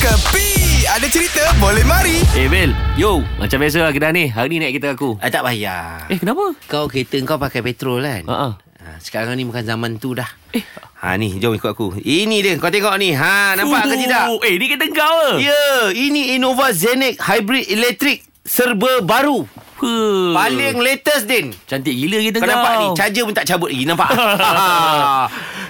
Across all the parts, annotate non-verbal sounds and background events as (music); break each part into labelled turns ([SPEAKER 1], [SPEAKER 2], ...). [SPEAKER 1] Kepi Ada cerita boleh mari
[SPEAKER 2] Eh Bil Yo Macam biasa lah kedai ni Hari ni naik kereta aku
[SPEAKER 3] Ah, tak payah.
[SPEAKER 2] Eh kenapa?
[SPEAKER 3] Kau kereta kau pakai petrol kan?
[SPEAKER 2] Ha-ha.
[SPEAKER 3] Ah, sekarang ni bukan zaman tu dah. Eh. Ha ni, jom ikut aku. Ini dia, kau tengok ni. Ha, nampak ke
[SPEAKER 2] Fuh,
[SPEAKER 3] tidak?
[SPEAKER 2] Eh ni kereta kau ke?
[SPEAKER 3] Ya, ini Innova Zenix Hybrid Electric serba baru. Eh.
[SPEAKER 2] Fuh.
[SPEAKER 3] Paling latest din.
[SPEAKER 2] Cantik gila kereta
[SPEAKER 3] Kau
[SPEAKER 2] kau
[SPEAKER 3] nampak ni Charger pun tak cabut lagi (laughs) Nampak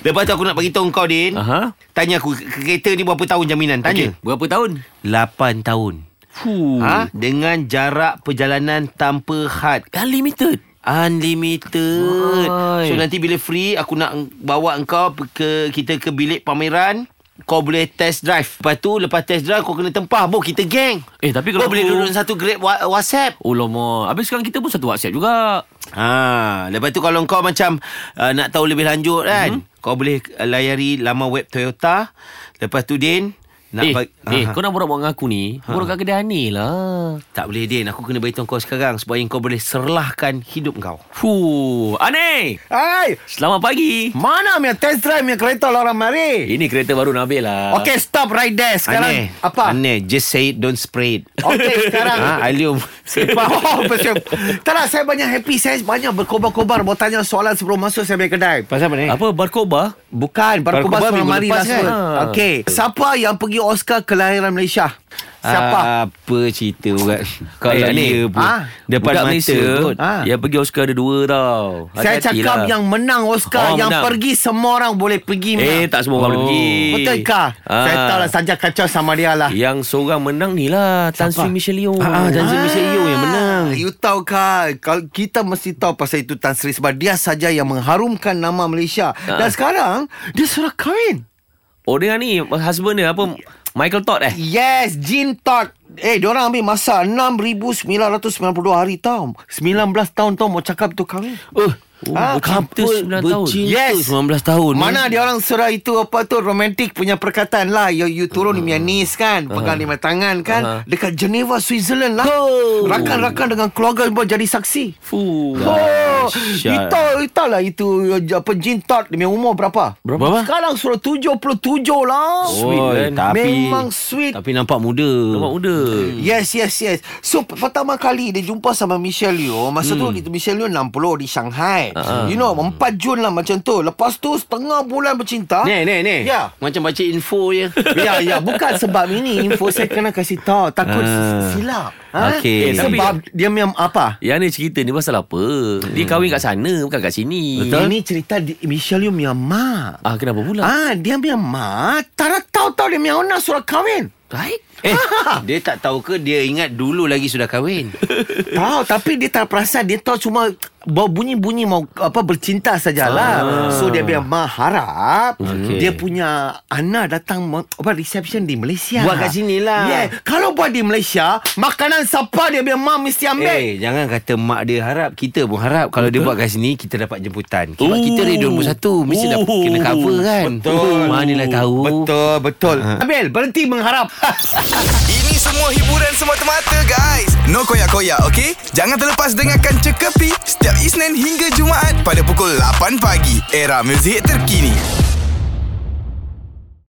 [SPEAKER 3] Lepas tu aku nak beritahu kau Din
[SPEAKER 2] Aha.
[SPEAKER 3] Tanya aku ke- Kereta ni berapa tahun jaminan Tanya
[SPEAKER 2] Berapa tahun?
[SPEAKER 3] okay. 8 tahun
[SPEAKER 2] Fuh.
[SPEAKER 3] ha? Dengan jarak perjalanan Tanpa had
[SPEAKER 2] Unlimited
[SPEAKER 3] Unlimited
[SPEAKER 2] Wai.
[SPEAKER 3] So nanti bila free Aku nak eng- bawa engkau pe- ke Kita ke bilik pameran Kau boleh test drive Lepas tu Lepas test drive Kau kena tempah Bo kita geng
[SPEAKER 2] Eh, tapi kalau
[SPEAKER 3] Bo Oh, boleh
[SPEAKER 2] aku-
[SPEAKER 3] duduk dalam satu grade wa- whatsapp
[SPEAKER 2] Oh lama Habis sekarang kita pun satu WhatsApp juga
[SPEAKER 3] ha, Lepas tu kalau kau macam uh, Nak tahu lebih lanjut kan mm-hmm. Kau boleh uh, layari Laman web Toyota Lepas tu Din nak
[SPEAKER 2] Eh,
[SPEAKER 3] Ha. bag-
[SPEAKER 2] eh
[SPEAKER 3] Aha.
[SPEAKER 2] kau nak borak-borak dengan aku ni Borak kat kedai ni lah
[SPEAKER 3] Tak boleh Din Aku kena beritahu kau sekarang Supaya kau boleh serlahkan hidup kau
[SPEAKER 2] Fuh Aneh
[SPEAKER 4] Hai,
[SPEAKER 2] Selamat pagi
[SPEAKER 4] mana punya test drive punya kereta lah orang mari?
[SPEAKER 2] Ini kereta baru Nabil lah
[SPEAKER 4] Okay, stop right there. Sekarang
[SPEAKER 3] Aneh
[SPEAKER 4] apa?
[SPEAKER 3] Aneh Just say it Don't spray it
[SPEAKER 4] Okay, sekarang.
[SPEAKER 3] (laughs) ha,
[SPEAKER 4] (laughs)
[SPEAKER 3] Alium
[SPEAKER 4] Sepak. Oh, betul. tak lah, saya banyak happy. Saya banyak berkobar-kobar. Mau tanya soalan sebelum masuk saya punya kedai. Ah,
[SPEAKER 3] Pasal apa ni?
[SPEAKER 2] Apa Barkoba?
[SPEAKER 4] Bukan,
[SPEAKER 3] Berkobar
[SPEAKER 4] berkobar
[SPEAKER 3] minggu
[SPEAKER 4] selama hari
[SPEAKER 3] lepas
[SPEAKER 4] last word.
[SPEAKER 3] kan?
[SPEAKER 2] Ha.
[SPEAKER 4] Okay. Siapa yang pergi Oscar kelahiran Malaysia? Siapa?
[SPEAKER 3] Apa cerita buat Kalau
[SPEAKER 2] Eh, ni.
[SPEAKER 3] dia pun
[SPEAKER 4] Ah,
[SPEAKER 3] Depan
[SPEAKER 2] Budak
[SPEAKER 3] mata
[SPEAKER 2] Malaysia
[SPEAKER 3] pun
[SPEAKER 4] Ah.
[SPEAKER 2] Yang pergi Oscar ada dua tau
[SPEAKER 4] saya
[SPEAKER 2] Ya, Hati-hati
[SPEAKER 4] cakap
[SPEAKER 2] lah.
[SPEAKER 4] yang menang Oscar
[SPEAKER 2] Oh,
[SPEAKER 4] Yang
[SPEAKER 2] menang.
[SPEAKER 4] pergi semua orang boleh pergi
[SPEAKER 2] Eh
[SPEAKER 4] menang.
[SPEAKER 2] tak semua orang boleh
[SPEAKER 3] Oh.
[SPEAKER 2] pergi
[SPEAKER 4] Betul kah?
[SPEAKER 2] Ah.
[SPEAKER 4] Saya tahu lah Sanjak kacau sama dia lah
[SPEAKER 2] Yang seorang menang ni lah Tan Sri Michelle Yeoh
[SPEAKER 3] Ah, ah, Tan Sri Michelle Yeoh yang menang.
[SPEAKER 4] You tahu kah kalau Kita mesti tahu pasal itu Tan Sri Sebab dia saja yang mengharumkan nama Malaysia
[SPEAKER 2] Ah.
[SPEAKER 4] Dan sekarang Dia sudah kahwin
[SPEAKER 2] Oh dengan ni Husband dia apa Michael Todd eh
[SPEAKER 4] Yes Jean Todd Eh diorang ambil masa 6,992 hari tau 19 tahun tau Mau cakap tu kahwin
[SPEAKER 3] Oh,
[SPEAKER 4] Ah,
[SPEAKER 2] bercinta
[SPEAKER 3] couple
[SPEAKER 2] 9 tahun.
[SPEAKER 3] bercinta
[SPEAKER 4] Yes.
[SPEAKER 3] 19 tahun
[SPEAKER 4] Mana dia orang surah itu apa tu romantik punya perkataan lah. You, you turun punya knees kan, pegang lima tangan kan
[SPEAKER 2] Aha.
[SPEAKER 4] dekat Geneva, Switzerland lah. Rakan-rakan dengan keluarga pun jadi saksi.
[SPEAKER 2] Fuh
[SPEAKER 4] Oh,
[SPEAKER 3] Dahsyat.
[SPEAKER 4] itu itu lah itu apa Jin Todd dia punya umur berapa?
[SPEAKER 2] Berapa?
[SPEAKER 4] Sekarang sudah 77 lah.
[SPEAKER 3] Sweet
[SPEAKER 2] Oi,
[SPEAKER 3] kan tapi,
[SPEAKER 4] Memang sweet.
[SPEAKER 3] Tapi nampak muda
[SPEAKER 2] Nampak muda
[SPEAKER 4] Yes, yes, yes. So, p- pertama kali dia jumpa sama Michelle Yeoh. Masa hmm. tu, Michelle Yeoh 60 di Shanghai.
[SPEAKER 2] Ah.
[SPEAKER 4] Uh-huh. You know, 4 Jun lah macam tu. Lepas tu, setengah bulan bercinta.
[SPEAKER 3] Ni ni ni
[SPEAKER 4] Ya.
[SPEAKER 3] Macam baca info je
[SPEAKER 4] (laughs) Ya, ya. Bukan sebab ini info saya kena kasih tahu. Takut
[SPEAKER 3] Ah.
[SPEAKER 4] uh. silap. Ha?
[SPEAKER 3] Okey.
[SPEAKER 4] Eh, sebab dia memang apa?
[SPEAKER 2] Yang ni cerita ni pasal apa Dia kahwin kat sana Bukan kat sini
[SPEAKER 4] Ini cerita di- Michelle Yeoh punya mak.
[SPEAKER 2] Ah kenapa pula
[SPEAKER 4] Ah, dia punya mak tak ada tahu-tahu dia punya anak surat kahwin.
[SPEAKER 2] Baik
[SPEAKER 4] (laughs)
[SPEAKER 3] Eh Dia tak tahu ke Dia ingat dulu lagi sudah kahwin
[SPEAKER 4] (laughs) Tahu tapi dia tak perasan Dia tahu cuma Bau bunyi-bunyi mau apa bercinta sajalah.
[SPEAKER 3] Ah.
[SPEAKER 4] Ah. So dia biar harap
[SPEAKER 3] Okey.
[SPEAKER 4] okay. dia punya anak datang ma- apa reception di Malaysia.
[SPEAKER 3] Buat kat sini lah.
[SPEAKER 4] Yeah. Kalau buat di Malaysia, makanan siapa dia biar mak mesti ambil.
[SPEAKER 3] Eh jangan kata mak dia harap Kita pun harap Kalau dia buat kat sini Kita dapat jemputan Sebab
[SPEAKER 2] Ooh.
[SPEAKER 3] kita ni 21 Mesti dapat
[SPEAKER 2] Ooh.
[SPEAKER 3] kena cover kan
[SPEAKER 4] Betul.
[SPEAKER 3] Manalah tahu Ha.
[SPEAKER 4] Betul, betul. Ambil, berhenti mengharap.
[SPEAKER 1] Ini semua hiburan semata-mata guys No koyak-koyak ok Jangan terlepas dengarkan Cekapi Setiap Isnin hingga Jumaat Pada pukul 8 pagi Era muzik terkini